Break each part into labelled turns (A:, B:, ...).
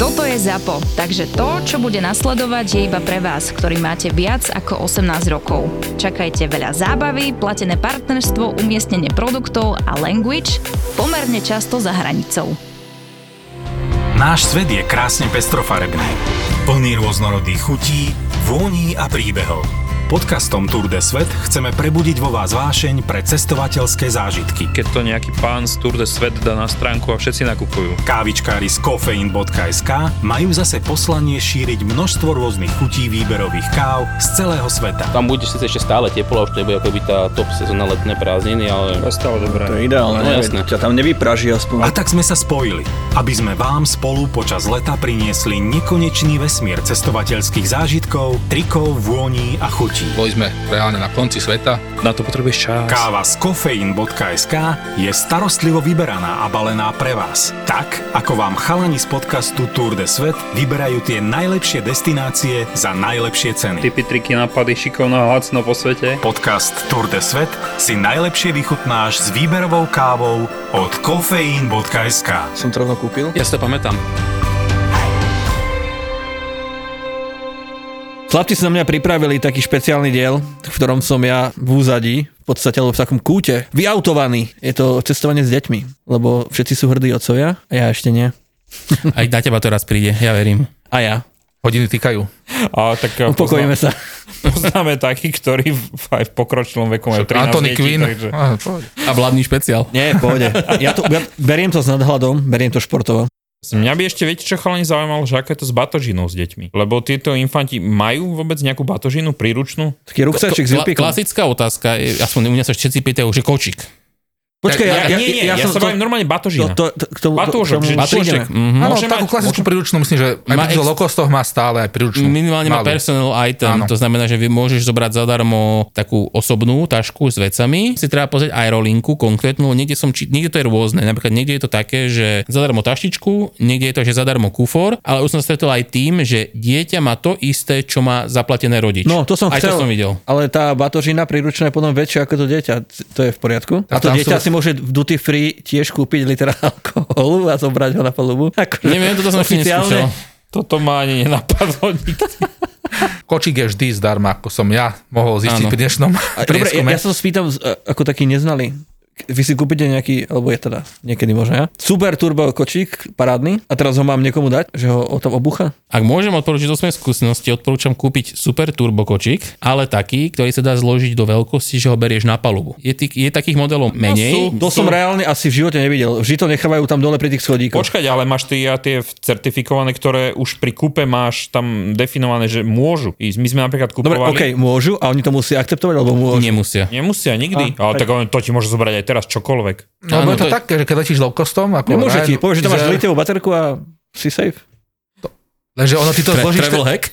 A: Toto je ZAPO, takže to, čo bude nasledovať, je iba pre vás, ktorý máte viac ako 18 rokov. Čakajte veľa zábavy, platené partnerstvo, umiestnenie produktov a language pomerne často za hranicou.
B: Náš svet je krásne pestrofarebný. Plný rôznorodých chutí, vôní a príbehov. Podcastom Tour de Svet chceme prebudiť vo vás vášeň pre cestovateľské zážitky.
C: keď to nejaký pán z Tour de Svet dá na stránku a všetci nakupujú.
B: Kávičkári z kofeín.sk majú zase poslanie šíriť množstvo rôznych chutí výberových káv z celého sveta.
D: Tam bude síce ešte stále teplo, a už to nebude akoby tá top sezóna letné prázdniny, ale...
C: stále
E: To je
C: dobré.
D: No,
E: ideálne, no,
D: jasné.
E: ťa tam nevypraží
B: A
E: aspoň.
B: tak sme sa spojili, aby sme vám spolu počas leta priniesli nekonečný vesmír cestovateľských zážitkov, trikov, vôní a chutí.
F: Boli sme reálne na konci sveta,
C: Na to potrebuješ čas.
B: Káva z kofeín.sk je starostlivo vyberaná a balená pre vás. Tak, ako vám chalani z podcastu Tour de Svet vyberajú tie najlepšie destinácie za najlepšie ceny.
C: Typy, triky, nápady, šikovná lacno po svete.
B: Podcast Tour de Svet si najlepšie vychutnáš s výberovou kávou od kofeín.sk.
E: Som to rovno kúpil.
D: Ja si to pamätám.
G: Chlapci si na mňa pripravili taký špeciálny diel, v ktorom som ja v úzadí, v podstate alebo v takom kúte, vyautovaný. Je to cestovanie s deťmi, lebo všetci sú hrdí otcovia a ja ešte nie.
H: Aj na teba to raz príde, ja verím.
G: A ja.
F: hodiny týkajú.
H: A tak eh,
G: Upokojíme
H: pozná-
G: sa.
H: Poznáme taký, ktorý v, aj v pokročilom veku majú 13
F: Anthony
H: detí,
F: Quinn.
H: takže...
F: Á, poď.
H: A vládny špeciál.
G: Nie, pôjde. Ja to, ja beriem to s nadhľadom, beriem to športovo.
H: Mňa by ešte, viete čo chalani zaujímalo, že aké je to s batožinou s deťmi. Lebo tieto infanti majú vôbec nejakú batožinu príručnú?
G: Taký ruksaček s
H: Kla-
G: jupikom.
H: klasická otázka, je, aspoň u mňa sa všetci pýtajú, že kočík.
G: Počkaj,
H: Ja, ja, nie, nie, ja, ja
G: to-
H: sa bavím normálne
G: to,
H: batožina.
G: to, to, k tomu, k
H: Batúšok, že
G: tomu
H: človek,
G: prídeme.
H: mhm.
F: Áno,
H: Môže
F: takú
H: mať-
F: klasickú príručnú, myslím, že aj
H: Má
F: pri tých
H: ex-
F: lokostoch má stále aj príručnú.
G: Mm,
H: Minimálne má
F: Malú.
H: personal item,
F: Áno.
H: to znamená, že vy môžeš zobrať zadarmo takú osobnú tašku s vecami. Si treba pozrieť aerolinku konkrétnu, niekde, som, či, niekde to je rôzne, napríklad niekde je to také, že zadarmo taštičku, niekde je to, že zadarmo kufor, ale už som stretol aj tým, že dieťa má to isté, čo má zaplatené rodič.
G: No, to som
H: aj
G: chcel.
H: to som videl.
G: Ale tá batožina príručná je potom väčšia ako to dieťa. C- To je v poriadku. A
F: Tak
G: to
F: tam
G: dieťa
F: sú-
G: si môže v duty free tiež kúpiť liter alkoholu a zobrať ho na palubu. Ako,
H: Neviem, toto som ešte neskúšal.
I: Toto ma ani nenapadlo nikdy.
F: Kočík je vždy zdarma, ako som ja mohol zistiť
H: Áno.
F: pri dnešnom
G: Dobre, ja,
F: prieskume.
G: ja sa to spýtam z- a- ako taký neznalý. K- Vy si kúpite nejaký, alebo je teda niekedy možno ja, super turbo kočík, parádny, a teraz ho mám niekomu dať, že ho o tom obucha?
H: Ak môžem odporučiť do svojej skúsenosti, odporúčam kúpiť super turbokočík, ale taký, ktorý sa dá zložiť do veľkosti, že ho berieš na palubu. Je, tých- je takých
I: No
H: modelov menej.
G: To som reálne asi v živote nevidel. Vždy to nechávajú tam dole pri tých schodíkoch.
I: Počkať, ale máš ty a tie certifikované, ktoré už pri kúpe máš tam definované, že môžu ísť. My sme napríklad
G: Dobre,
I: kupovali...
G: okej, môžu a oni to musia akceptovať, alebo môžu.
H: Nemusia.
I: Nemusia nikdy, ale tak on- to ti môže zobrať aj teraz čokoľvek.
F: No,
H: Áno,
F: lebo je to
H: to je-
F: také, že keď letíš lokostom, ako
G: Nemôže
F: vraj,
G: ti, povieš, že tam máš
F: že-
G: litevú baterku a si safe.
F: Lenže ono ty to
H: Tra-
F: zložíš,
H: travel
F: ten,
H: hack?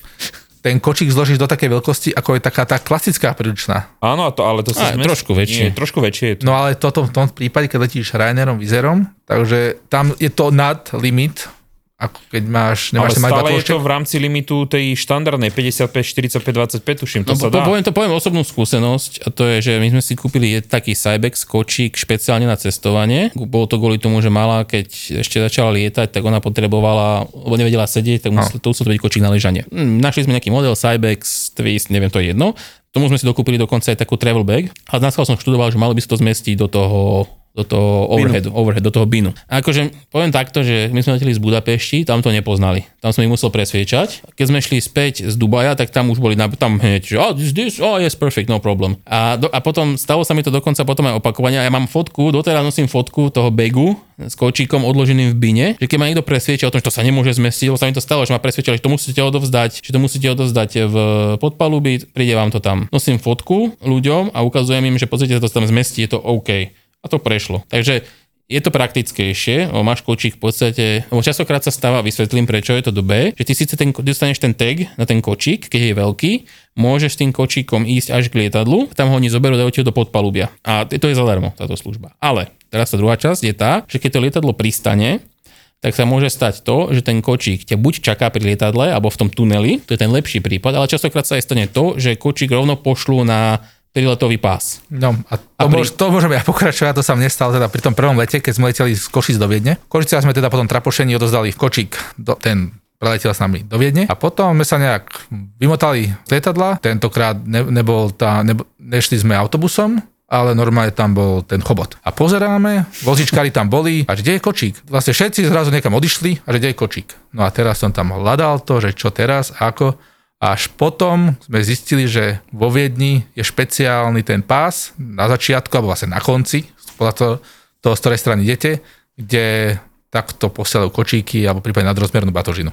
F: ten kočík zložíš do takej veľkosti, ako je taká tá klasická príručná.
I: Áno, a to, ale to sa...
H: Á, trošku väčšie.
I: Nie, trošku väčšie je to.
F: No ale toto v tom prípade, keď letíš Rainerom, Vizerom, takže tam je to nad limit, ako keď
I: ale
F: máš, nemáš tam mať
I: stále je
F: batúštek.
I: to v rámci limitu tej štandardnej 55, 45, 25, tuším, to
H: No,
I: sa
H: po,
I: dá.
H: poviem, to, poviem osobnú skúsenosť a to je, že my sme si kúpili jed- taký Cybex kočík špeciálne na cestovanie. Bolo to kvôli tomu, že mala, keď ešte začala lietať, tak ona potrebovala, lebo nevedela sedieť, tak
I: No.
H: musela, to musel to byť kočík na ležanie. Hm, Našli sme nejaký model Cybex, Twist, neviem, to je jedno. Tomu sme si dokúpili dokonca aj takú travel bag a na schvál som študoval, že malo by sa to zmestiť do toho do toho overheadu, overhead, do toho binu. A akože poviem takto, že my sme leteli z Budapešti, tam to nepoznali. Tam som ich musel presviečať. Keď sme šli späť z Dubaja, tak tam už boli na, tam hneď, že oh, this, this, oh, yes, perfect, no problem. A, do, a potom stalo sa mi to dokonca potom aj opakovania. Ja mám fotku, doteraz nosím fotku toho begu s kočíkom odloženým v bine, že keď ma niekto presvieča o tom, že to sa nemôže zmestiť, lebo sa mi to stalo, že ma presviečali, že to musíte odovzdať, že to musíte odovzdať v podpaluby, príde vám to tam. Nosím fotku ľuďom a ukazujem im, že pozrite, to sa tam zmestí, je to OK a to prešlo. Takže je to praktickejšie, o, máš kočík v podstate, lebo častokrát sa stáva, vysvetlím prečo je to dobré, že ty síce ten, dostaneš ten tag na ten kočík, keď je veľký, môžeš s tým kočíkom ísť až k lietadlu, tam ho oni zoberú, dajú ti ho do podpalubia. A t- to je zadarmo, táto služba. Ale teraz tá druhá časť je tá, že keď to lietadlo pristane, tak sa môže stať to, že ten kočík ťa buď čaká pri lietadle alebo v tom tuneli, to je ten lepší prípad, ale častokrát sa aj stane to, že kočík rovno pošlú na príletový pás.
F: No a to, a
H: A pri-
F: môž, to môžem ja pokračovať, to sa mne stalo teda pri tom prvom lete, keď sme leteli z Košic do Viedne. Košice sme teda potom trapošení odozdali v kočík, do, ten preletela s nami do Viedne a potom sme sa nejak vymotali z lietadla. Tentokrát ne, nebol tá, nebo, nešli sme autobusom, ale normálne tam bol ten chobot. A pozeráme, vozičkári tam boli, a že kde je kočík? Vlastne všetci zrazu niekam odišli, a že kde je kočík? No a teraz som tam hľadal to, že čo teraz, ako. Až potom sme zistili, že vo Viedni je špeciálny ten pás na začiatku, alebo vlastne na konci, podľa toho, toho z ktorej strany idete, kde takto posielajú kočíky alebo prípadne nadrozmernú batožinu.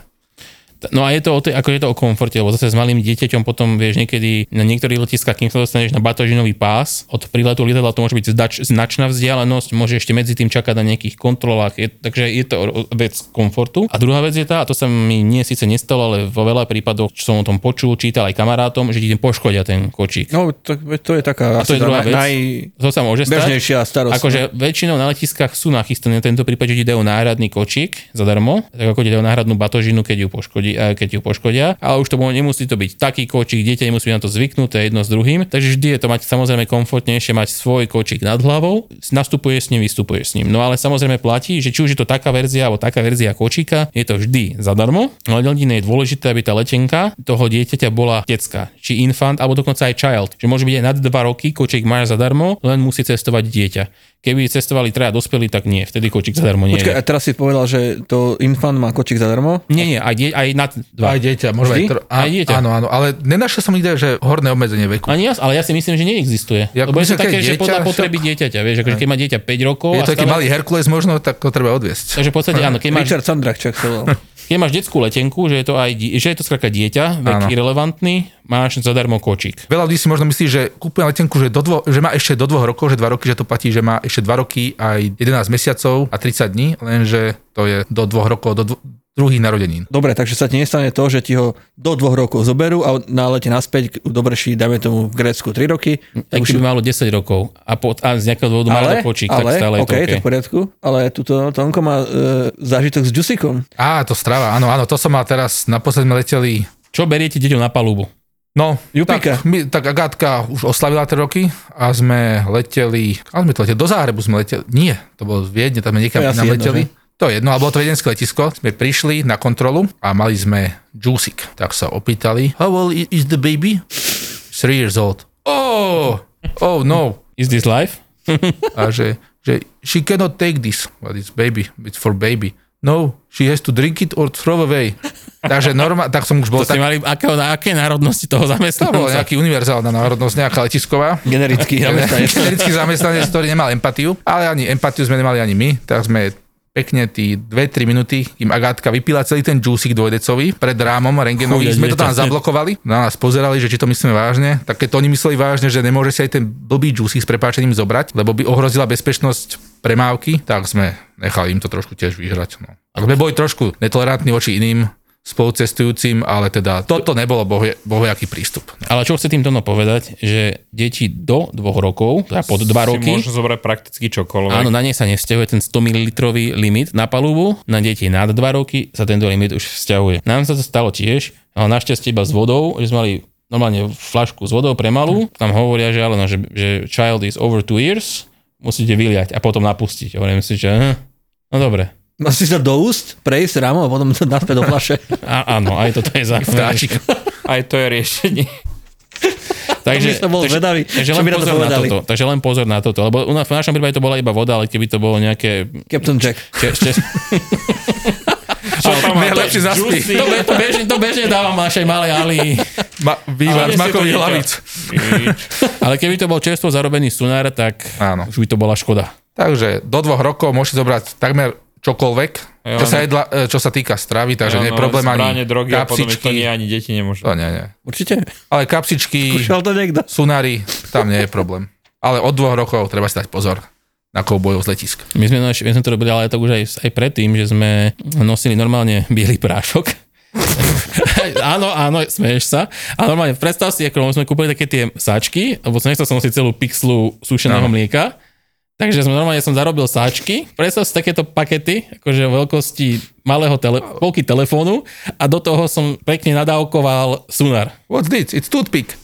H: No a je to o, tej, ako je to o komforte, lebo zase s malým dieťaťom potom vieš niekedy na niektorých letiskách, kým sa dostaneš na batožinový pás, od príletu lietadla to môže byť znač, značná vzdialenosť, môže ešte medzi tým čakať na nejakých kontrolách, je, takže je to o- vec komfortu. A druhá vec je tá, a to sa mi nie síce nestalo, ale vo veľa prípadoch, čo som o tom počul, čítal aj kamarátom, že ti tým poškodia ten kočík.
G: No, to, veď to je taká
H: A to je
G: tá
H: druhá vec.
G: naj,
H: To sa môže stať.
G: najbežnejšia starosť.
H: Akože väčšinou na letiskách sú nachystané tento prípad, že ti dajú náhradný kočík zadarmo, tak ako ti dajú náhradnú batožinu, keď ju, poškodí, eh, keď ju poškodia, ale už to bolo, nemusí to byť taký kočík, dieťa nemusí byť na to zvyknuté jedno s druhým, takže vždy je to mať samozrejme komfortnejšie mať svoj kočík nad hlavou, nastupuješ s ním, vystupuješ s ním. No ale samozrejme platí, že či už je to taká verzia alebo taká verzia kočíka, je to vždy zadarmo, No ale jediné je dôležité, aby tá letenka toho dieťaťa bola detská, či infant alebo dokonca aj child, že môže byť aj nad 2 roky, kočík máš zadarmo, len musí cestovať dieťa. Keby cestovali traja dospelí, tak nie, vtedy kočík zadarmo nie
G: Počkaj, a
H: je.
G: teraz si povedal, že to infant má kočík zadarmo?
H: Nie, nie, aj, die, aj nad 2.
F: Aj dieťa, možno
G: Vždy?
F: aj, tro- a,
H: Aj dieťa.
F: Áno, áno, ale nenašiel som nikde, že horné obmedzenie veku.
H: Ani ja, ale ja si myslím, že neexistuje.
F: Ja-
H: Lebo je to
F: myslím, keď
H: také, že
F: dieťa,
H: podľa
F: však-
H: potreby dieťaťa, vieš, akože keď má dieťa 5 rokov
F: Je
H: a
F: to taký
H: stále-
F: malý Herkules možno, tak to treba odviesť.
H: Takže v podstate áno, keď máš,
G: Richard Sandrak, čo sa volal.
H: keď máš detskú letenku, že je to aj die- že je to skrátka dieťa, vek
F: Áno.
H: irrelevantný, máš zadarmo kočík.
F: Veľa ľudí si možno myslí, že kúpia letenku, že, do dvo, že má ešte do dvoch rokov, že dva roky, že to platí, že má ešte dva roky aj 11 mesiacov a 30 dní, lenže to je do dvoch rokov, do dvo, druhých narodenín.
G: Dobre, takže sa ti nestane to, že ti ho do dvoch rokov zoberú a nálete naspäť, dobrší, dajme tomu v Grécku 3 roky.
H: Aj
G: tak už-
H: keby malo 10 rokov a, po, a z nejakého dôvodu má
G: ale,
H: rada kočík,
G: ale,
H: tak stále je to
G: okay,
H: OK.
G: to v poriadku, ale tuto Tonko má e, zážitok s Jusikom.
F: Á, to strava, áno, áno, to som mal teraz, naposledy sme leteli
H: Čo beriete deťom na palubu?
F: No,
G: Jupika.
F: Tak, my, tak Agátka už oslavila 3 roky a sme leteli, ale sme to leteli, do Záhrebu sme leteli, nie, to bolo z Viedne, tam sme
G: To
F: niekam
G: je asi
F: nám
G: jedno,
F: leteli. To je jedno, ale bolo to viedenské letisko. Sme prišli na kontrolu a mali sme džúsik. Tak sa opýtali, how old i- is the baby? 3 years old. Oh, oh no.
H: Is this life?
F: A že, že she cannot take this, but it's baby, it's for baby. No, she has to drink it or throw away. Takže norma, tak som už bol
H: To ste
F: tak,
H: mali akého, na aké národnosti toho
F: to bol
H: zamestnanca?
F: nejaký univerzálna národnosť, nejaká letisková.
G: Generický zamestnanec.
F: Generický zamestnanec, ktorý nemal empatiu, ale ani empatiu sme nemali ani my, tak sme pekne tí 2-3 minúty, kým Agátka vypila celý ten džúsik dvojdecový pred rámom rengenový,
H: Chude
F: sme to tam
H: dieťa.
F: zablokovali, na nás pozerali, že či to myslíme vážne, tak keď to oni mysleli vážne, že nemôže si aj ten blbý džúsik s prepáčením zobrať, lebo by ohrozila bezpečnosť premávky, tak sme nechali im to trošku tiež vyžrať. No. A sme boli trošku netolerantní voči iným spolucestujúcim, ale teda toto nebolo bohuje, bohujaký prístup.
H: Ale čo chce týmto no povedať, že deti do dvoch rokov, teda pod dva
I: Si
H: roky,
I: môžu zobrať prakticky čokoľvek.
H: áno, na ne sa nevzťahuje ten 100 ml limit na palubu, na deti nad 2 roky sa tento limit už vzťahuje. Nám sa to stalo tiež, ale našťastie iba s vodou, že sme mali normálne flašku s vodou pre malú, tam hovoria, že, ale no, že, že child is over 2 years, musíte vyliať a potom napustiť. Hovorím si, že aha, no dobre.
G: Musíš sa do úst, prejsť rámo a potom to naspäť do flaše.
H: A, áno, aj toto je zároveň.
I: Aj to je riešenie.
G: by
H: Takže,
G: som bol zvedavý,
H: takže
G: čo
H: len
G: by na to
H: pozor na
G: povedali.
H: toto. Takže len pozor na toto. Lebo u nás, v našom prípade to bola iba voda, ale keby to bolo nejaké...
G: Captain Jack.
H: Če, če,
I: Čo tam má?
F: najlepšie zaspí.
I: Juicy.
H: to, be, to, bežne, to bežne dávam našej malej Ali.
F: Ma, vývar
I: Ale nie si
F: z
I: to
F: makových
I: dieťa.
F: hlavíc.
H: Ale keby to bol čerstvo zarobený sunár, tak
F: Áno.
H: už by to bola škoda.
F: Takže do dvoch rokov môžete zobrať takmer čokoľvek,
I: Jo,
F: čo
I: no.
F: sa, jedla, e, čo sa týka stravy, takže
I: Áno,
F: nie je problém ani
I: zbranie, drogy a podobne, to nie
F: kapsičky.
I: ani deti nemôžu.
F: To nie, nie.
G: Určite?
F: Ale kapsičky,
G: Ušiel to niekto.
F: sunári, tam nie je problém. Ale od dvoch rokov treba si dať pozor na koubojov z letisk.
H: My sme, naš- my sme to robili ale tak už aj, aj predtým, že sme nosili normálne biely prášok. áno, áno, smeješ sa. A normálne predstav si, ako sme kúpili také tie sáčky, lebo som nechcel som nosiť celú pixlu sušeného mlieka. Takže sme normálne som zarobil sáčky. Predstav si takéto pakety, akože veľkosti malého tele, polky telefónu a do toho som pekne nadávkoval sunar.
F: What's this? It's toothpick.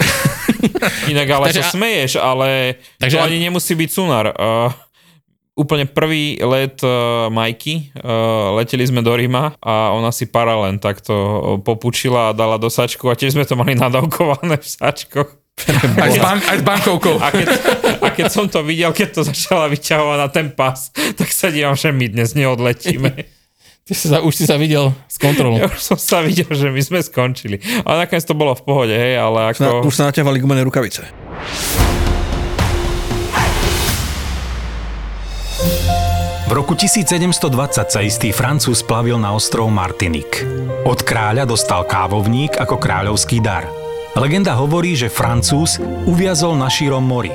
I: Inak ale
H: Takže
I: sa
H: a-
I: smeješ, ale to
H: Takže a-
I: ani nemusí byť sunár. Uh, úplne prvý let uh, Majky, uh, leteli sme do Ríma a ona si para len takto eh, popučila a dala do sačku a tiež sme to mali nadávkované v sačkoch.
F: Aj s, ban- aj s bankovkou.
I: A keď, a keď som to videl, keď to začala vyťahovať na ten pás, tak sa dívam, že my dnes neodletíme.
H: Ty si sa, už si sa videl s kontrolou.
I: Ja už som sa videl, že my sme skončili. Ale nakoniec to bolo v pohode, hej, ale ako...
G: Na, už sa naťahovali gumené rukavice.
B: V roku 1720 sa istý Francúz plavil na ostrov Martinik. Od kráľa dostal kávovník ako kráľovský dar. Legenda hovorí, že Francúz uviazol na šírom mori.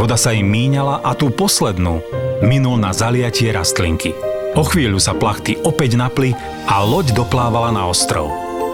B: Voda sa im míňala a tú poslednú minul na zaliatie rastlinky. O chvíľu sa plachty opäť napli a loď doplávala na ostrov.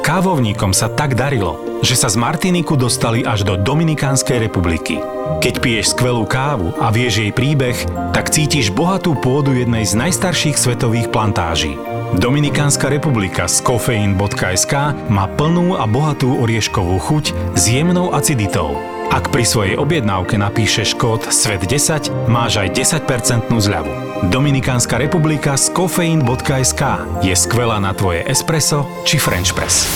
B: Kávovníkom sa tak darilo, že sa z Martiniku dostali až do Dominikánskej republiky. Keď piješ skvelú kávu a vieš jej príbeh, tak cítiš bohatú pôdu jednej z najstarších svetových plantáží. Dominikánska republika z kofeín.sk má plnú a bohatú orieškovú chuť s jemnou aciditou. Ak pri svojej objednávke napíšeš kód SVET10, máš aj 10% zľavu. Dominikánska republika z kofeín.sk je skvelá na tvoje espresso či french press.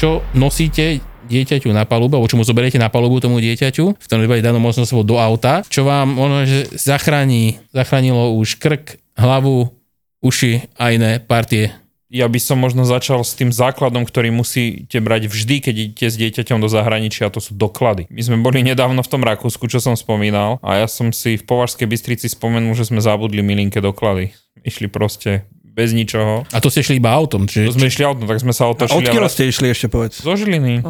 H: Čo nosíte dieťaťu na palubu, alebo čo mu zoberiete na palubu tomu dieťaťu, v tom prípade danom možno sebou do auta, čo vám ono, že zachráni, zachránilo už krk, hlavu, uši a iné partie.
I: ja by som možno začal s tým základom, ktorý musíte brať vždy, keď idete s dieťaťom do zahraničia, a to sú doklady. My sme boli nedávno v tom Rakúsku, čo som spomínal, a ja som si v Považskej Bystrici spomenul, že sme zabudli milinke doklady. Išli proste bez ničoho.
H: A to ste šli iba autom,
I: To
H: čiže
I: sme išli autom, tak sme sa
G: A
I: otočili.
G: odkiaľ
I: vrátili-
G: ste išli ešte povedz?
I: Zo Žiliny.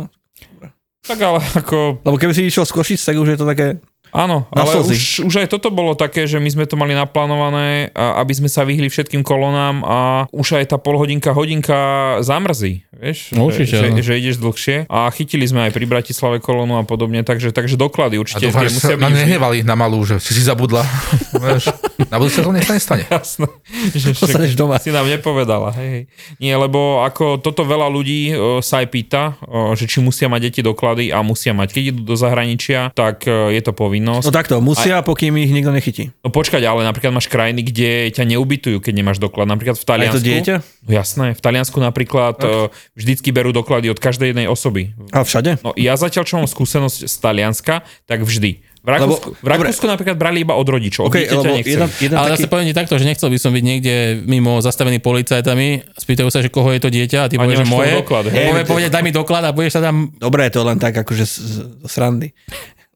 I: Tak ale ako
G: Lebo keby si išiel z Košic, tak už je to také...
I: Áno,
G: Na
I: ale
G: slzy.
I: už, už aj toto bolo také, že my sme to mali naplánované, a- aby sme sa vyhli všetkým kolonám a už aj tá polhodinka, hodinka zamrzí, vieš? Že-
H: No, určite,
I: že,
H: áno.
I: že, ideš dlhšie a chytili sme aj pri Bratislave kolonu a podobne, takže, takže doklady
F: A
I: určite tie
F: dúfam, že sa
I: musia byť
F: na
I: vždy-
F: nehnevali na malú, že si si zabudla. Vieš, na budúce to nech sa nestane.
I: Jasné. Že však
G: Ostaneš doma.
I: Si nám nepovedala. Hej. hej. Nie, lebo ako toto veľa ľudí o, sa aj pýta, o, že či musia mať deti doklady a musia mať. Keď idú do zahraničia, tak e, je to povinnosť.
G: No takto, musia, pokým ich nikto nechytí.
I: No počkať, ale napríklad máš krajiny, kde ťa neubytujú, keď nemáš doklad. Napríklad v
G: A je
I: Taliansku.
G: to dieťa?
I: No jasné, v Taliansku napríklad uh, vždycky berú doklady od každej jednej osoby.
G: A všade?
I: No ja zatiaľ, čo mám skúsenosť z Talianska, tak vždy. V Rakúsku,
G: Lebo-
I: v Rakúsku napríklad brali iba od rodičov.
G: OK,
I: Okay, od dieťaťa
G: lebo
I: nechceli.
G: jeden, jeden
H: ale
G: taký...
H: taký... zase poviem ti takto, že nechcel by som byť niekde mimo zastavený policajtami, spýtajú sa, že koho je to dieťa a ty
I: A
H: povieš, že
I: nemáš
H: moje.
I: tvoj doklad, hej?
H: Povie, povie, daj mi doklad a budeš sa tam...
G: Dobre, je to len tak akože z, z, z srandy.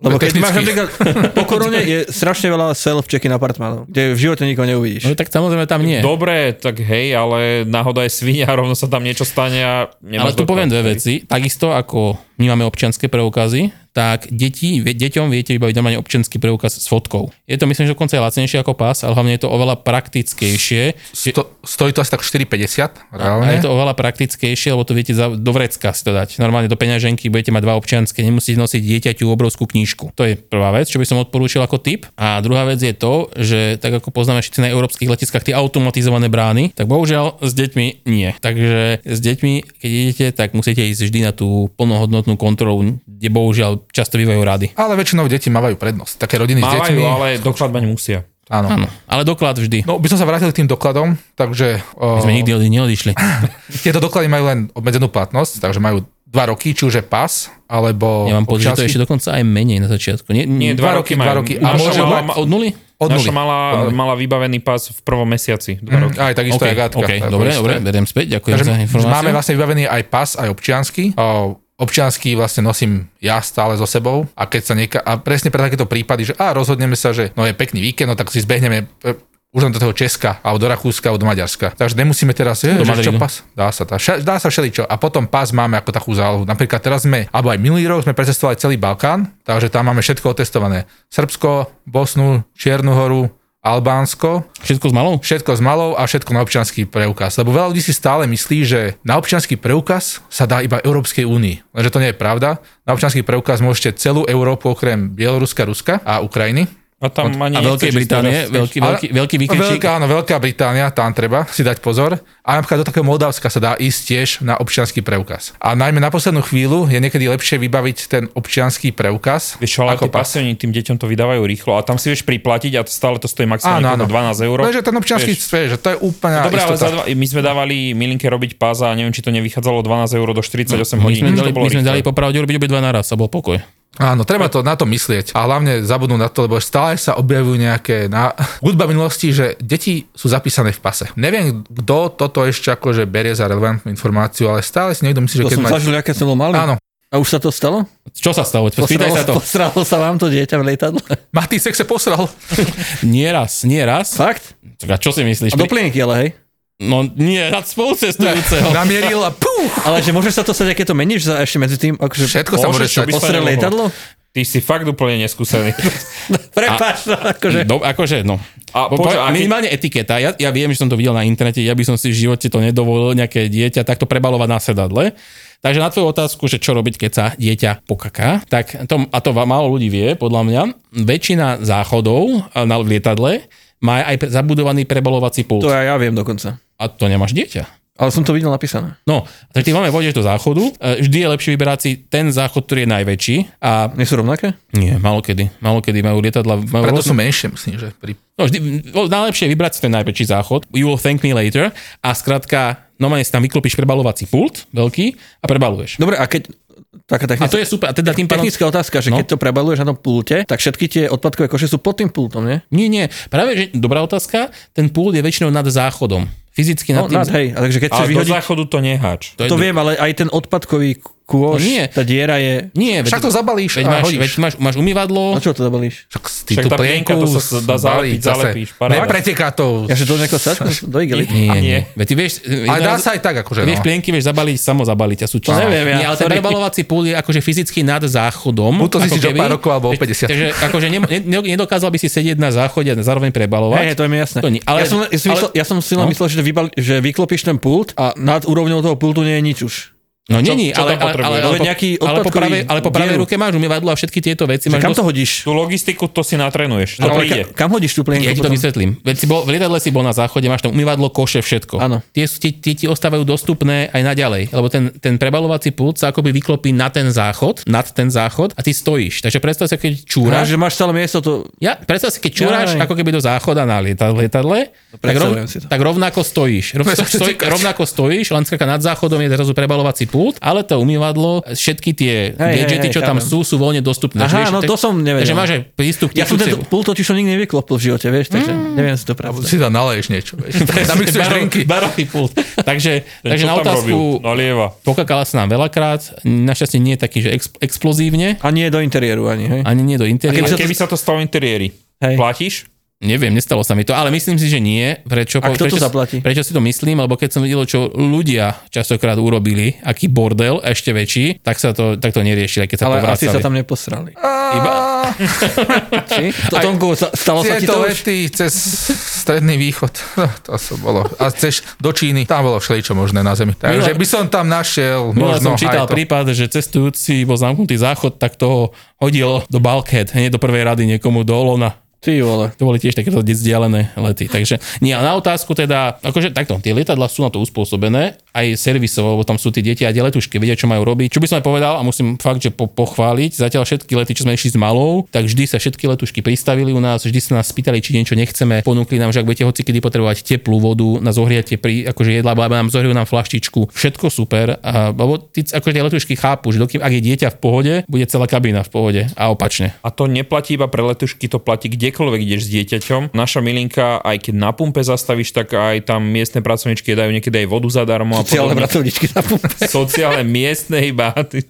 G: Lebo keď
F: Technických.
G: máš napríklad po korone je strašne veľa self-check-in apartmanov, kde v živote nikoho neuvidíš.
H: No tak samozrejme tam nie.
I: Dobre, tak hej, ale náhoda je svinia, rovno sa tam niečo stane a
H: Ale
I: nemáš
H: tu
I: doklad.
H: poviem dve
I: Hej.
H: veci. Takisto ako my máme občianské preukazy, tak deti, vie- deťom viete vybaviť normálne občianský preukaz s fotkou. Je to myslím, že dokonca aj lacnejšie ako pás, ale hlavne je to oveľa praktickejšie.
F: Sto, stojí to asi tak 4,50
H: A
F: reálne.
H: je to oveľa praktickejšie, lebo to viete za, do vrecka si to dať. Normálne do peňaženky budete mať dva občianske, nemusíte nosiť dieťaťu obrovskú knížku. To je prvá vec, čo by som odporúčil ako tip. A druhá vec je to, že tak ako poznáme všetci na európskych letiskách tie automatizované brány, tak bohužiaľ s deťmi nie. Takže s deťmi, keď idete, tak musíte ísť vždy na tú plnohodnotnú kontrolu, kde bohužiaľ často bývajú rady.
F: Ale väčšinou deti mávajú prednosť. Také rodiny s
I: Mávajú,
F: deťmi.
I: ale doklad mať musia.
F: Áno.
H: Áno, ale doklad vždy.
F: No, by som sa vrátil k tým dokladom, takže o,
H: My sme nikdy odi- neodišli.
F: tieto doklady majú len obmedzenú platnosť, takže majú dva roky, či už je pas, alebo
H: Ja mám pocit, že to
F: občiansky.
H: je ešte dokonca aj menej na začiatku. Nie,
I: Nie, dva, roky,
F: dva
I: majú.
F: roky. A
H: A
I: Naša
H: môže
I: mala-
H: mať od nuly?
F: od nuly.
I: Naša mala,
F: nuly.
I: mala vybavený pás v prvom mesiaci. Dva roky.
F: Mhm. Aj takisto
H: OK,
F: okay, je Gátka.
H: OK,
F: Tak
H: dobre,
F: isté.
H: dobre, beriem späť, ďakujem
F: Takže
H: za informáciu.
F: máme vlastne vybavený aj pas, aj občiansky. O, občiansky vlastne nosím ja stále so sebou a keď sa nieka- a presne pre takéto prípady, že a rozhodneme sa, že no je pekný víkend, no tak si zbehneme e, už len do toho Česka, alebo do Rakúska, alebo do Maďarska. Takže nemusíme teraz, je,
H: Do
F: že čo
H: Madridu.
F: pas? Dá sa, tá, ša- dá sa všeličo. A potom pas máme ako takú zálohu. Napríklad teraz sme, alebo aj minulý rok sme precestovali celý Balkán, takže tam máme všetko otestované. Srbsko, Bosnu, Čiernu horu, Albánsko
H: Všetko s malou?
F: všetko s malou a všetko na občianský preukaz. Lebo veľa ľudí si stále myslí, že na občianský preukaz sa dá iba Európskej únii. Lenže to nie je pravda. Na občianský preukaz môžete celú Európu okrem Bieloruska, Ruska a Ukrajiny.
I: A A tam ani
H: A
I: nechceš
H: Veľkej
I: ísť
H: Británie,
I: teraz.
H: veľký, veľký,
F: vlastne Ale-
H: veľký výkričík.
F: Veľká, áno, Veľká Británia, tam treba si dať pozor. A napríklad do takého Moldavska sa dá ísť tiež na občianský preukaz. A najmä na poslednú chvíľu je niekedy lepšie vybaviť ten občianský preukaz
I: Vieš, čo, ale ako pasy, oni tým deťom to vydávajú rýchlo a tam si vieš priplatiť a to stále to stojí maximálne
F: Áno, áno.
I: koľko, 12
H: No,
I: eur.
F: Lenže ten občianský,
I: Vieš.
F: vieš, že to je úplne
I: Dobre, ale
F: istota.
I: za dva, my sme dávali Milinke robiť páza a neviem, či to nevychádzalo 12 eur do 48
H: No, My
I: hodín.
H: sme
I: Už
H: dali,
I: to bolo
H: my sme
I: rýchle.
H: dali popravde robiť obidva naraz a bol pokoj.
F: Áno, treba to na to myslieť. A hlavne zabudnú na to, lebo stále sa objavujú nejaké na... hudba minulosti, že deti sú zapísané v pase. Neviem, kto toto ešte akože berie za relevantnú informáciu, ale stále si niekto
G: To
F: myslí, že keď
G: som
F: mať...
G: zažil, aké som bol malý.
F: Áno,
G: A už sa to stalo?
H: Čo sa stalo? Spýtaj sa to.
G: Posralo sa vám to dieťa v lietadle?
F: Matýsek sa posral.
H: Nieraz, nieraz.
G: Fakt?
H: Tak a čo si
G: A
H: myslíš?
G: do plienky, ale hej.
H: No nie, nad spolucestujúceho.
F: Namieril a puf!
G: Ale že môže sa to stať, aké to meníš za ešte medzi tým, akože
F: Všetko sa
I: Môže,
F: môže
I: čo
F: stať.
I: by-
G: posrel
I: By sa
G: lietadlo?
I: Ty si fakt úplne neskúsený.
G: Prepáč, no, akože.
H: Do, akože, no.
I: A
H: Po,
I: počkaj,
H: po,
I: a keď-
H: minimálne etiketa. Ja, ja viem, že som to videl na internete, ja by som si v živote to nedovolil nejaké dieťa takto prebalovať na sedadle. Takže na tvoju otázku, že čo robiť, keď sa dieťa pokaká, tak to, a to va- málo ľudí vie, podľa mňa, väčšina záchodov a na lietadle má aj pre- zabudovaný prebalovací pult.
G: To ja, ja viem dokonca.
H: A to nemáš dieťa.
G: Ale som to videl napísané.
H: No, tak ty máme vôjdeš do záchodu, e, vždy je lepšie vyberať si ten záchod, ktorý je najväčší a
G: Nie sú rovnaké?
H: nie, malokedy, malokedy majú lietadla, majú
F: Preto
H: rôzne-
F: sú menšie, myslím, že pri
H: No, vždy, no, najlepšie je vybrať si ten najväčší záchod, you will thank me later, a skrátka, normálne si tam vyklopíš prebalovací pult, veľký, a prebaluješ.
G: Dobre, a keď... Taká
H: A
G: technická,
H: to je super, a teda tým pádom...
G: technická otázka, že
H: No.
G: keď to prebaluješ na tom pulte, tak všetky tie odpadkové koše sú pod tým pultom, nie?
H: Nie, nie, práve, že dobrá otázka, ten pult je väčšinou nad záchodom. Fyzicky
G: No,
H: nad tým...
G: nad, hej, a takže keď
I: Ale
G: chceš
I: do
G: vyhodiť...
I: záchodu to neháč.
H: to je
G: To viem, ale aj ten odpadkový kôš,
H: No nie.
G: tá diera je...
H: Nie,
F: Však to zabalíš
H: veď
F: a
H: máš,
F: hodíš.
H: veď máš, máš umývadlo,
G: Na No čo to zabalíš?
F: Však ty
I: Však
F: tú
I: tá plienka,
F: plienku
I: to sa dá
F: zbaliť
I: zalepiť,
F: zase.
I: zalepiš, paráda.
F: Nepreteká to.
G: Ja že do nejakého sačku? Do igely?
H: nie, nie, nie.
I: nie.
H: Veď ty vieš,
F: Ale dá sa aj tak, akože
H: Vieš,
F: no.
H: plienky vieš zabaliť, samo zabaliť a sú čisté.
G: neviem ja,
H: Nie, ale ten
G: sorry.
H: prebalovací púl je akože fyzicky nad záchodom.
F: Buď to
H: ako
F: zistíš o
H: keby.
F: pár rokov, alebo o 50.
H: Vieš, Takže akože ne, ne, nedokázal by si sedieť na záchode a zároveň prebalovať.
G: Hej, hej, to je mi jasné.
H: To nie, ale,
G: ja, som, ja, som myslel,
H: ale,
G: ja som si len
H: No.
G: myslel, že, vybal, že vyklopíš ten pult a nad úrovňou toho pultu nie je nič už.
H: no není,
I: čo
H: ale,
I: tam
H: ale, ale,
I: potrebuješ?
H: ale,
G: Veď nejaký
H: po, ale po
G: odpadkový
H: pravej, ale po pravej
G: dieru.
H: ruke máš umývadlo a všetky tieto veci.
G: Že
H: Máš
G: kam to
H: dosť-
G: hodíš?
I: Tú logistiku to si natrenuješ. To
G: Ale
I: príde.
G: ka, kam hodíš tú plienku?
H: ja ti to
G: no potom?
H: vysvetlím. Veď si bol, v lietadle si bol na záchode, máš tam umývadlo, koše, všetko.
G: Áno.
H: Tie, sú, tie, tie ti ostávajú dostupné aj naďalej, lebo ten, ten prebalovací pult sa akoby vyklopí na ten záchod, nad ten záchod a ty stojíš. Takže predstav si,
G: Á,
H: keď čúraš,
G: že máš stále miesto, to
H: Ja, predstav si, keď čúráš
G: Jaj. No
H: ako keby do záchoda na lieta- lietadle, tak, rov,
G: predstavujem si to.
H: tak rovnako stojíš. Rov,
F: Presne,
H: stoj,
F: ty-
H: rovnako stojíš, len skáka nad záchodom je zrazu prebalovací pult, ale to umývadlo, všetky tie
G: hej,
H: gadgety,
G: hej,
H: čo tam
G: chápem.
H: sú, sú voľne dostupné.
G: Aha, no to som nevedel.
H: Takže máš aj prístup k
G: Ja som ten
H: tisíciu.
G: pult totiž som nikdy nevyklopil v živote, vieš, takže neviem si to pravdu.
F: Si tam naleješ niečo. vieš. Namixuješ
H: Barov-
F: drinky.
H: barový pult. Takže,
I: Ten,
H: takže
I: čo
H: na
I: tam robil? No,
H: otázku,
I: Nalieva.
H: pokakala sa nám veľakrát, našťastie nie je taký, že ex, explozívne,
G: A nie do interiéru ani, hej.
H: ani nie
I: A
H: do interiéru.
G: to-
H: Eh.
I: keby sa to stalo v interiéri,
G: Hej.
I: platíš?
H: Neviem, nestalo sa mi to, ale myslím si, že nie. Prečo,
G: A kto to
H: prečo,
G: zaplatí?
H: Prečo si to myslím? Lebo keď som videl, čo ľudia častokrát urobili, aký bordel ešte väčší, tak sa to, tak to neriešili, keď sa
G: Ale
H: to
G: asi
H: vracali.
G: sa tam neposrali.
H: Iba,
G: Či? To, Tomko, sa- stalo sa ti
F: Tieto
G: to už?
F: lety cez stredný východ, no, to som bolo. A cez do Číny, tam bolo všeličo možné na zemi. Takže
H: Milo-
F: by som tam našiel
H: Minule
F: možno
H: som čítal
F: no, aj to.
H: prípad, že cestujúci bol zamknutý záchod, tak toho hodil do bulkhead, hneď do prvej rady niekomu do lona.
G: Ty vole.
H: To boli tiež takéto vzdialené lety. Takže nie, a na otázku teda, akože takto, tie lietadla sú na to uspôsobené, aj servisovo, lebo tam sú tie deti a tie letušky, vedia, čo majú robiť. Čo by som aj povedal, a musím fakt, že po, pochváliť, zatiaľ všetky lety, čo sme išli s malou, tak vždy sa všetky letušky pristavili u nás, vždy sa nás spýtali, či niečo nechceme, ponúkli nám, že ak budete hoci kedy potrebovať teplú vodu na zohriatie pri, akože jedla, bla, bla, nám zohriu nám flaštičku, všetko super, a, lebo tí, akože tie letušky chápu, že dokým, ak je dieťa v pohode, bude celá kabína v pohode a opačne.
I: A to neplatí iba pre letušky, to platí kdekoľvek ideš s dieťaťom. Naša milinka, aj keď na pumpe zastavíš, tak aj tam miestne pracovničky dajú niekedy aj vodu zadarmo. A
G: Ciele
I: podobne.
G: pracovničky na pumpe.
I: Sociálne miestne iba. Ty-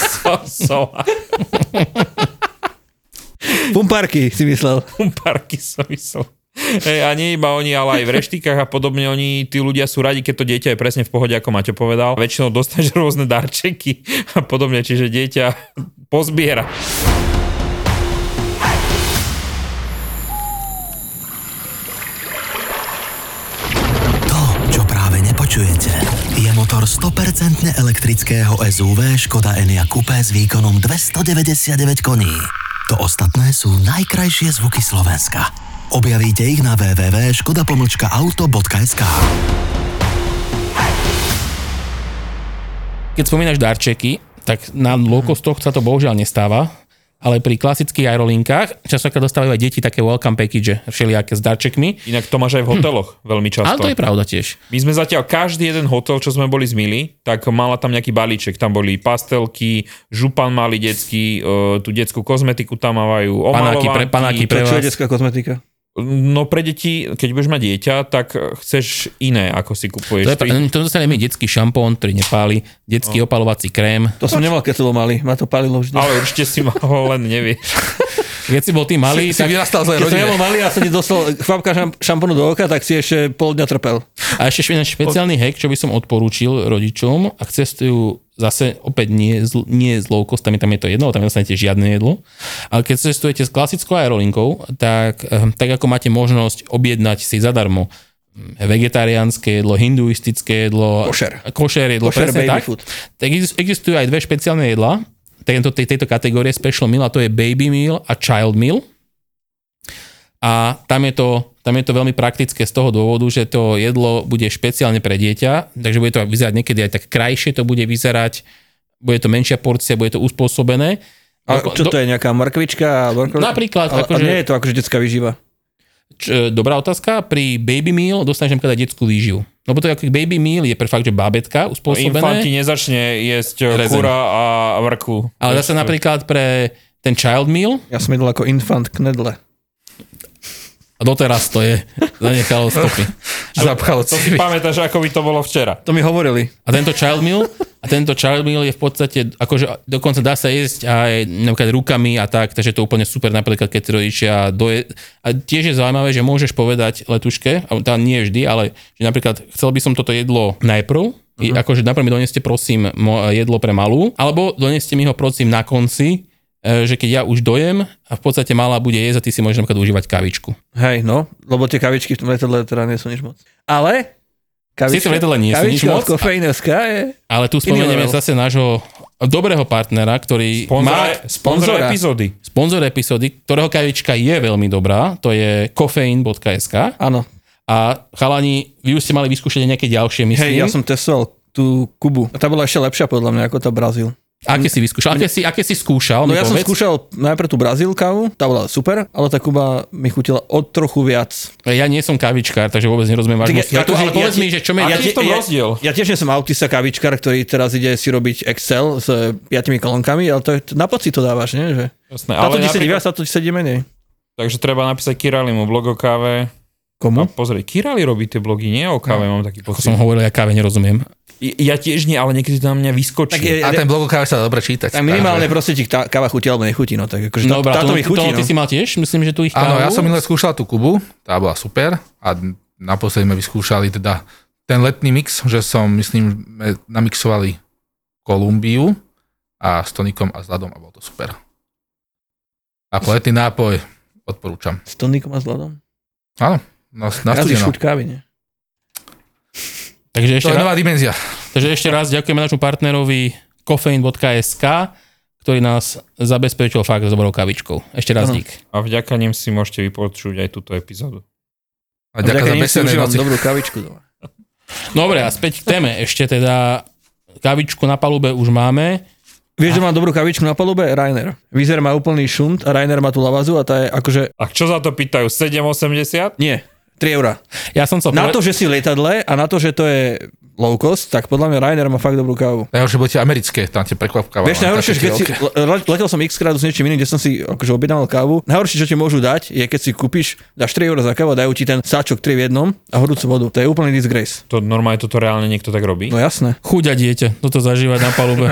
I: So- so-
G: Pumpárky si myslel.
I: Parky som myslel. Hej, a nie iba oni, ale aj v reštikách a podobne, oni, tí ľudia sú radi, keď to dieťa je presne v pohode, ako Maťo povedal. Väčšinou dostaneš rôzne darčeky a podobne, čiže dieťa pozbiera.
E: To, čo práve nepočujete, je motor 100% elektrického SUV Škoda Enyaq Coupé s výkonom 299 koní. To ostatné sú najkrajšie zvuky Slovenska. Objavíte ich na www.škoda-auto.sk
H: Keď spomínaš darčeky, tak na low costoch sa to bohužiaľ nestáva, ale pri klasických aerolinkách častokrát dostávajú aj deti také welcome package, všelijaké s darčekmi.
I: Inak to máš aj v hoteloch veľmi často.
H: Hm. Ale to je pravda tiež.
I: My sme zatiaľ každý jeden hotel, čo sme boli z Mili, tak mala tam nejaký balíček. Tam boli pastelky, župan malý detský, e, tú detskú kozmetiku tam mávajú,
H: Panáky pre-
I: omalovanky.
H: panáky pre-
G: To čo
H: vás.
G: je detská kozmetika?
I: No pre deti, keď budeš mať dieťa, tak e, chceš iné, ako si kupuješ.
H: To, je,
I: Ty-
H: pra- to dostaneme detský šampón, ktorý nepáli, detský
G: No.
H: opalovací krém.
G: To som nemal, keď to mali. Ma to palilo vždy.
I: Ale určite si mal, len nevieš.
H: Keď si bol ty malý,
F: Si
H: tak
F: vyrastal z
G: Keď som
F: rodine.
G: ja bol malý a som ti dostal chvapka šam- šampónu do oka, tak si ešte pol dňa trpel.
H: A ešte jeden špeciálny hack, čo by som odporúčil rodičom, ak cestujú zase opäť nie, z- nie s low costami, tam je to jedno, tam nedostanete žiadne jedlo. Ale keď cestujete s klasickou aerolinkou, tak, ehm, tak ako máte možnosť objednať si zadarmo mm, vegetariánske jedlo, hinduistické jedlo,
G: Košer.
H: košer jedlo,
G: Košer
H: No, presne
G: baby
H: tak.
G: food.
H: Tak exist- existujú aj dve špeciálne jedlá tejto, tej, tejto kategórie special meal a to je baby meal a child meal. A tam je, to, tam je to veľmi praktické z toho dôvodu, že to jedlo bude špeciálne pre dieťa, takže bude to vyzerať niekedy aj tak krajšie, to bude vyzerať, bude to menšia porcia, bude to uspôsobené.
G: A
H: Doko-
G: čo
H: No, do-
G: to je, nejaká mrkvička? Alebo...
H: Napríklad,
G: Ale, akože...
H: akože-
G: nie je to akože detská výživa.
H: Č- e, dobrá otázka, pri baby meal dostaneš napríklad aj detskú výživu. Lebo to je ako baby meal je pre fakt, že bábetka
I: Infant ti
G: No,
H: uspôsobené,
I: nezačne jesť
H: Rezeň.
I: Rezen. kura a vrku.
H: ale zase napríklad pre ten child meal,
G: Ja som jedol ako infant knedle.
H: a doteraz to je, zanechalo stopy.
F: Zapchalo
I: To si
F: cívy.
I: pamätáš, ako by to bolo včera.
G: To mi hovorili.
H: A tento child meal, a tento child meal je v podstate, akože dokonca dá sa jesť aj napríklad rukami a tak, takže to je úplne super, napríklad keď tí rodičia doje... A tiež je zaujímavé, že môžeš povedať letuške, a tam nie vždy, ale že napríklad chcel by som toto jedlo
I: Mhm.
H: najprv, uh-huh. akože najprv mi doneste prosím mo- jedlo pre malú, alebo doneste mi ho prosím na konci, e, že keď ja už dojem a v podstate malá bude jesť a ty si môžeš napríklad užívať kavičku.
G: Hej, no, lebo tie kavičky v tom letadle teda nie sú nič moc. Ale
H: Síce v letadle nie sú nič
G: kavička
H: moc,
G: od kofeínovská je...
H: ale tu spomenieme
G: level.
H: zase nášho dobrého partnera, ktorý má...
I: Sponzor, sponzor
G: sponzora.
I: epizódy.
H: Sponzor epizódy, ktorého kavička je veľmi dobrá, to je kofein.sk
G: Áno.
H: a chalani, vy už ste mali vyskúšať nejaké ďalšie, myslím.
G: Hej, ja som testoval tú Kubu. A tá bola ešte lepšia podľa mňa ako tá Brazíl.
H: Aké si vyskúšal? Aké si, aké si skúšal?
G: No
H: mi
G: ja som
H: povedz.
G: skúšal najprv tú Brazíl kávu, tá bola super, ale tá Kuba mi chutila o trochu viac.
H: Ja nie som kavičkár, takže vôbec nerozumiem vášmu
G: Tak ja-
H: svetu,
G: akože
H: ale
G: ja
H: povedz
G: ti-
H: mi, že čo mi...
I: ja
H: Ja
I: ti-
H: ti...
I: tom rozdiel?
G: Ja tiež nie som autista kavičkár, ktorý teraz ide si robiť Excel s e, piatimi kolonkami, ale to, je- na pocit to dávaš, nie? Že...
I: Jasné,
G: Táto
I: ale
G: ti sedí
I: napríklad,
G: viac, táto ti sedí menej.
I: takže treba napísať Kiralimu blog o káve. A
G: Komu?
I: pozri, Kirali robí tie blogy, nie o káve, mám taký pocit.
H: No. Som hovoril, ja káve nerozumiem.
I: I- Ja tiež nie, ale niekedy to na mňa vyskočí.
G: Tak je,
F: A ten blog o káve sa dá dobre čítať.
G: Tak minimálne proste ti tá káva chutí alebo nechutí, no tak akože no,
H: No, brá,
G: táto
H: to,
G: mi chutí,
H: to, ty
G: no.
H: si mal tiež? Myslím, že tu ich
F: Áno,
H: kávu?
F: ja som minule skúšal tú Kubu, tá bola super a naposledy sme vyskúšali teda ten letný mix, že som, myslím, sme namixovali Kolumbiu a s tonikom a s ľadom a bolo to super. Ako letný nápoj odporúčam.
G: S tónikom a s ľadom.
F: No, na
G: Raz už
F: studeno.
G: chuť kávy, nie?
H: Takže
F: To
H: ešte
F: je
H: raz-
F: nová dimenzia.
H: Takže ešte raz ďakujeme našemu partnerovi kofein.sk, ktorý nás zabezpečil fakt s dobrou kavičkou. Ešte raz
G: Áno.
H: dík.
I: A vďaka nim si môžete vypočuť aj túto epizódu.
F: A ďakujem za
G: nim si
F: besené
G: užívam
F: noci.
G: dobrú kavičku doma.
H: Dobre, a späť k téme. Ešte teda kavičku na palube už máme.
G: Vieš, že mám dobrú kavičku na palube? Rainer. Vizer má úplný šunt a Rainer má tú lavazu a tá je akože...
I: A čo za to pýtajú? 7,80?
G: Nie, 3 eurá.
H: Ja som sa...
G: Na to, že si v lietadle a na to, že to je low cost, tak podľa mňa Rainer má fakt dobrú kávu.
F: Najhoršie budete americké, tam tie prekvapkáva.
G: Vieš, najhoršie, že keď si, le- letel som x krát s niečím iným, kde som si akože objednal kávu. Najhoršie, čo ti môžu dať, je keď si kúpiš, dáš 3 eur za kávu, a dajú ti ten sáčok 3 v jednom a horúcu vodu. To je úplný disgrace.
I: To normálne toto reálne niekto tak robí.
G: No jasné.
H: Chuďa dieťa, toto zažívať na palube.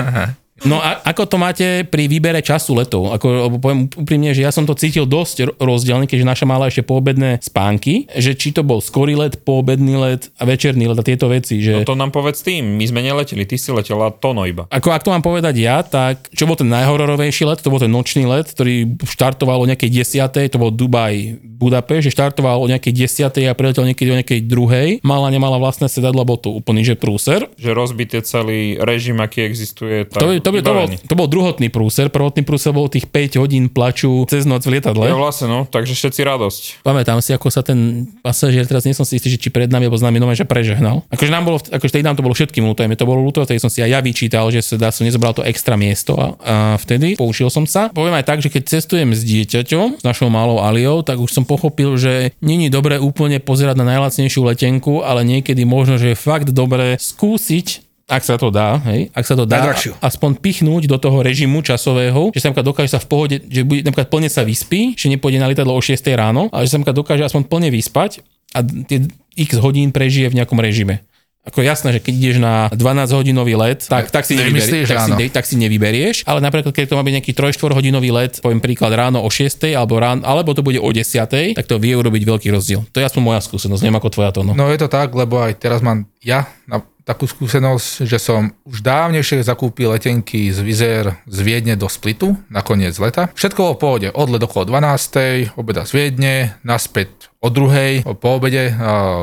H: No a ako to máte pri výbere času letov? Ako, lebo poviem úprimne, že ja som to cítil dosť ro- rozdielne, keďže naša mala ešte poobedné spánky, že či to bol skorý let, poobedný let a večerný let a tieto veci.
I: No
H: Že...
I: to nám povedz tým, my sme neleteli, ty si letela tono iba.
H: Ako ak to mám povedať ja, tak čo bol ten najhororovejší let, to bol ten nočný let, ktorý štartoval o nejakej 10. to bol Dubaj, Budapešť, že štartoval o nejakej 10. a preletel niekedy o nejakej druhej. Mala, nemala vlastné sedadlo, bol to úplný že prúser.
I: Že rozbité celý režim, aký existuje. Tak...
H: To, je- to to, by, to, bol, to bol druhotný prúser. Prvotný prúser bol tých 5 hodín plaču cez noc
I: Ja
H: v lietadle.
I: vlastne, no, takže všetci radosť.
H: Pamätám si, ako sa ten pasažier, teraz nie som si istý, že či pred nami, alebo s nami nové, že prežehnal. Akože nám bolo, akože vtedy nám to bolo všetkým ľúto, aj mne to bolo ľúto, vtedy som si aj ja vyčítal, že sa dá, som nezobral to extra miesto a, a, vtedy poučil som sa. Poviem aj tak, že keď cestujem s dieťaťom, s našou malou Aliou, tak už som pochopil, že není dobré úplne pozerať na najlacnejšiu letenku, ale niekedy možno, že je fakt dobré skúsiť ak sa to dá, hej, ak sa to dá,
G: Najdrahšiu.
H: aspoň pichnúť do toho režimu časového, že sa napríklad dokáže sa v pohode, že bude, napríklad plne sa vyspí, že nepôjde na lietadlo o 6 ráno, ale že sa napríklad dokáže aspoň plne vyspať a tie x hodín prežije v nejakom režime. Ako jasné, že keď ideš na 12 hodinový let, tak, tak, si,
F: Ty
H: nevyberi,
F: myslíš,
H: tak, si,
F: áno.
H: ne- tak si nevyberieš, ale napríklad keď to má byť nejaký 3-4 hodinový let, poviem príklad ráno o 6 alebo, rán, alebo to bude o 10, tak to vie urobiť veľký rozdiel. To je aspoň moja skúsenosť, neviem ako tvoja to. No.
F: No je to tak, lebo aj teraz mám ja na takú skúsenosť, že som už dávnejšie zakúpil letenky z Vizer z Viedne do Splitu na koniec leta. Všetko bolo v pohode. Odlet okolo 12. obeda z Viedne, naspäť o druhej, o po obede e,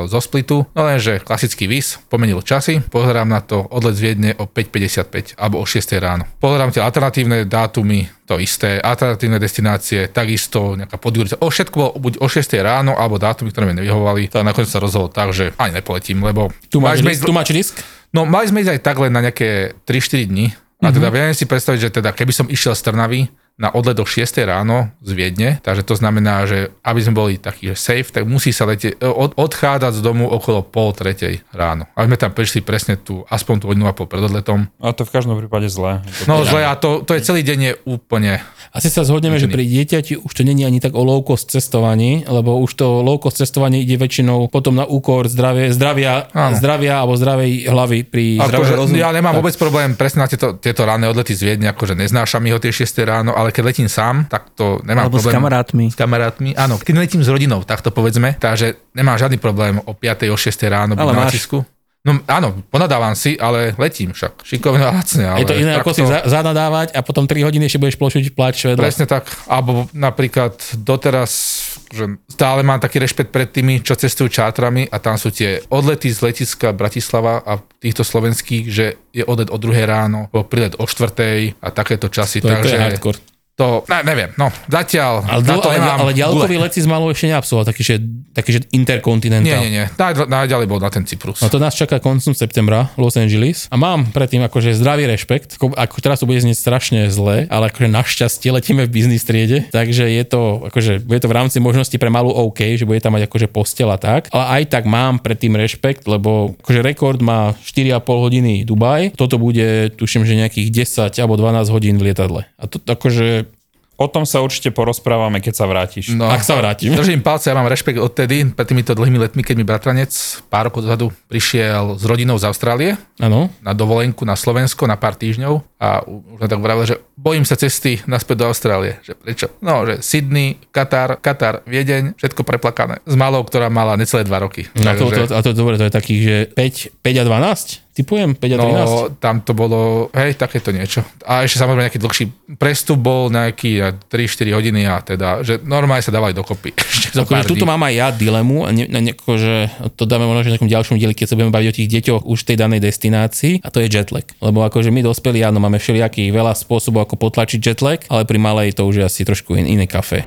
F: zo Splitu. No lenže klasický vis, pomenil časy, pozerám na to odlet z Viedne o 5.55 alebo o 6 ráno. Pozerám tie alternatívne dátumy, to isté, alternatívne destinácie, takisto nejaká podgorica. O všetko bolo buď o 6 ráno alebo dátumy, ktoré mi nevyhovovali. Tak nakoniec sa rozhodol tak, že ani nepoletím, lebo...
H: Tu
F: Mali
H: máš,
F: sme
H: risk,
F: ísť-
H: tu máš risk?
F: No mali sme ísť aj tak len na nejaké 3-4 dní. A
I: Mhm.
F: teda viem si predstaviť, že teda keby som išiel z Trnavy na odlet o 6 ráno z Viedne, takže to znamená, že aby sme boli takí že safe, tak musí sa lete, e, od, odchádzať z domu okolo pol tretej ráno. Aby sme tam prišli presne tu, aspoň tú hodinu a pol pred odletom.
I: A to v každom prípade zlé.
F: No zle, a to, to je celý deň je úplne...
H: Asi sa zhodneme, že pri dieťati už to není ani tak o low cost cestovaní, lebo už to low cost cestovanie ide väčšinou potom na úkor zdravie, zdravia,
F: Áno.
H: zdravia alebo zdravej hlavy pri
F: Akože,
H: zdravej
F: ja nemám vôbec problém presne na tieto, tieto ranné odlety z Viedne, akože neznášam ich o tie 6 ráno, ale keď letím sám, tak to nemám
G: Alebo s
F: problém.
G: kamarátmi.
F: s kamarátmi. Áno, keď letím s rodinou, tak to povedzme, takže nemám žiadny problém o 5. o 6. ráno byť
G: Ale
F: na
G: máš.
F: letisku. No áno, ponadávam si, ale letím však. Šikovne a lacne, ale...
H: Je to iné,
F: tak
H: ako si za- zanadávať a potom 3 hodiny ešte budeš plošiť plač švedla.
F: Presne tak. Alebo napríklad doteraz že stále mám taký rešpekt pred tými, čo cestujú čátrami a tam sú tie odlety z letiska Bratislava a týchto slovenských, že je odlet o 2 ráno, o prílet o 4 a takéto časy.
H: To, je- to
F: takže
H: je hardcore.
F: to, ne, neviem, no zatiaľ
H: Ale,
F: na
H: dl-
F: to
H: ale,
F: nemám
H: ale ďalkový
F: gule.
H: let si z malou ešte neabsolvoval, taký, že, taký, že interkontinentál.
F: Nie, nie, nie. Naj- Najďalej bol na ten Cyprus.
H: Teda- No to nás čaká koncom septembra, Los Angeles. A mám predtým akože zdravý rešpekt, ako, ako teraz to bude znieť strašne zle, ale akože našťastie letíme v biznis triede, takže je to, akože bude to v rámci možnosti pre malú OK, že bude tam mať akože postela tak, ale aj tak mám predtým rešpekt, lebo akože rekord má 4,5 hodiny Dubaj, toto bude tuším, že nejakých 10 alebo 12 hodín v lietadle. A to akože,
I: O tom sa určite porozprávame, keď sa vrátiš.
F: No.
H: ak sa vrátim.
F: Držím palce, ja mám rešpekt odtedy, pred týmito dlhými letmi, keď mi bratranec pár rokov dozadu prišiel s rodinou z Austrálie
H: Áno.
F: na dovolenku na Slovensko na pár týždňov a u- už sme tak vravili, že bojím sa cesty naspäť do Austrálie. Že prečo? No, že Sydney, Katar, Katar, Viedeň, všetko preplakané. S malou, ktorá mala necelé dva roky.
H: No to, to,
F: Takže-
H: a to, dobre, to je takých, že 5, 5 a 12? Typujem 5 a 13?
F: No, tam to bolo, hej, takéto niečo. A ešte samozrejme nejaký dlhší prestup bol nejaký a 3-4 hodiny a teda, že normálne sa dávali dokopy. Ešte za
H: Akože
F: pár
H: tuto
F: dní.
H: mám aj ja dilemu, a ne, ne, akože to dáme možno že v nejakom ďalšom dieli, keď sa budeme baviť o tých deťoch už v tej danej destinácii, a to je jetlag. Lebo akože my dospelí, áno, máme všelijakých veľa spôsobov, ako potlačiť jetlag, ale pri malej to už je asi trošku in, iné kafe.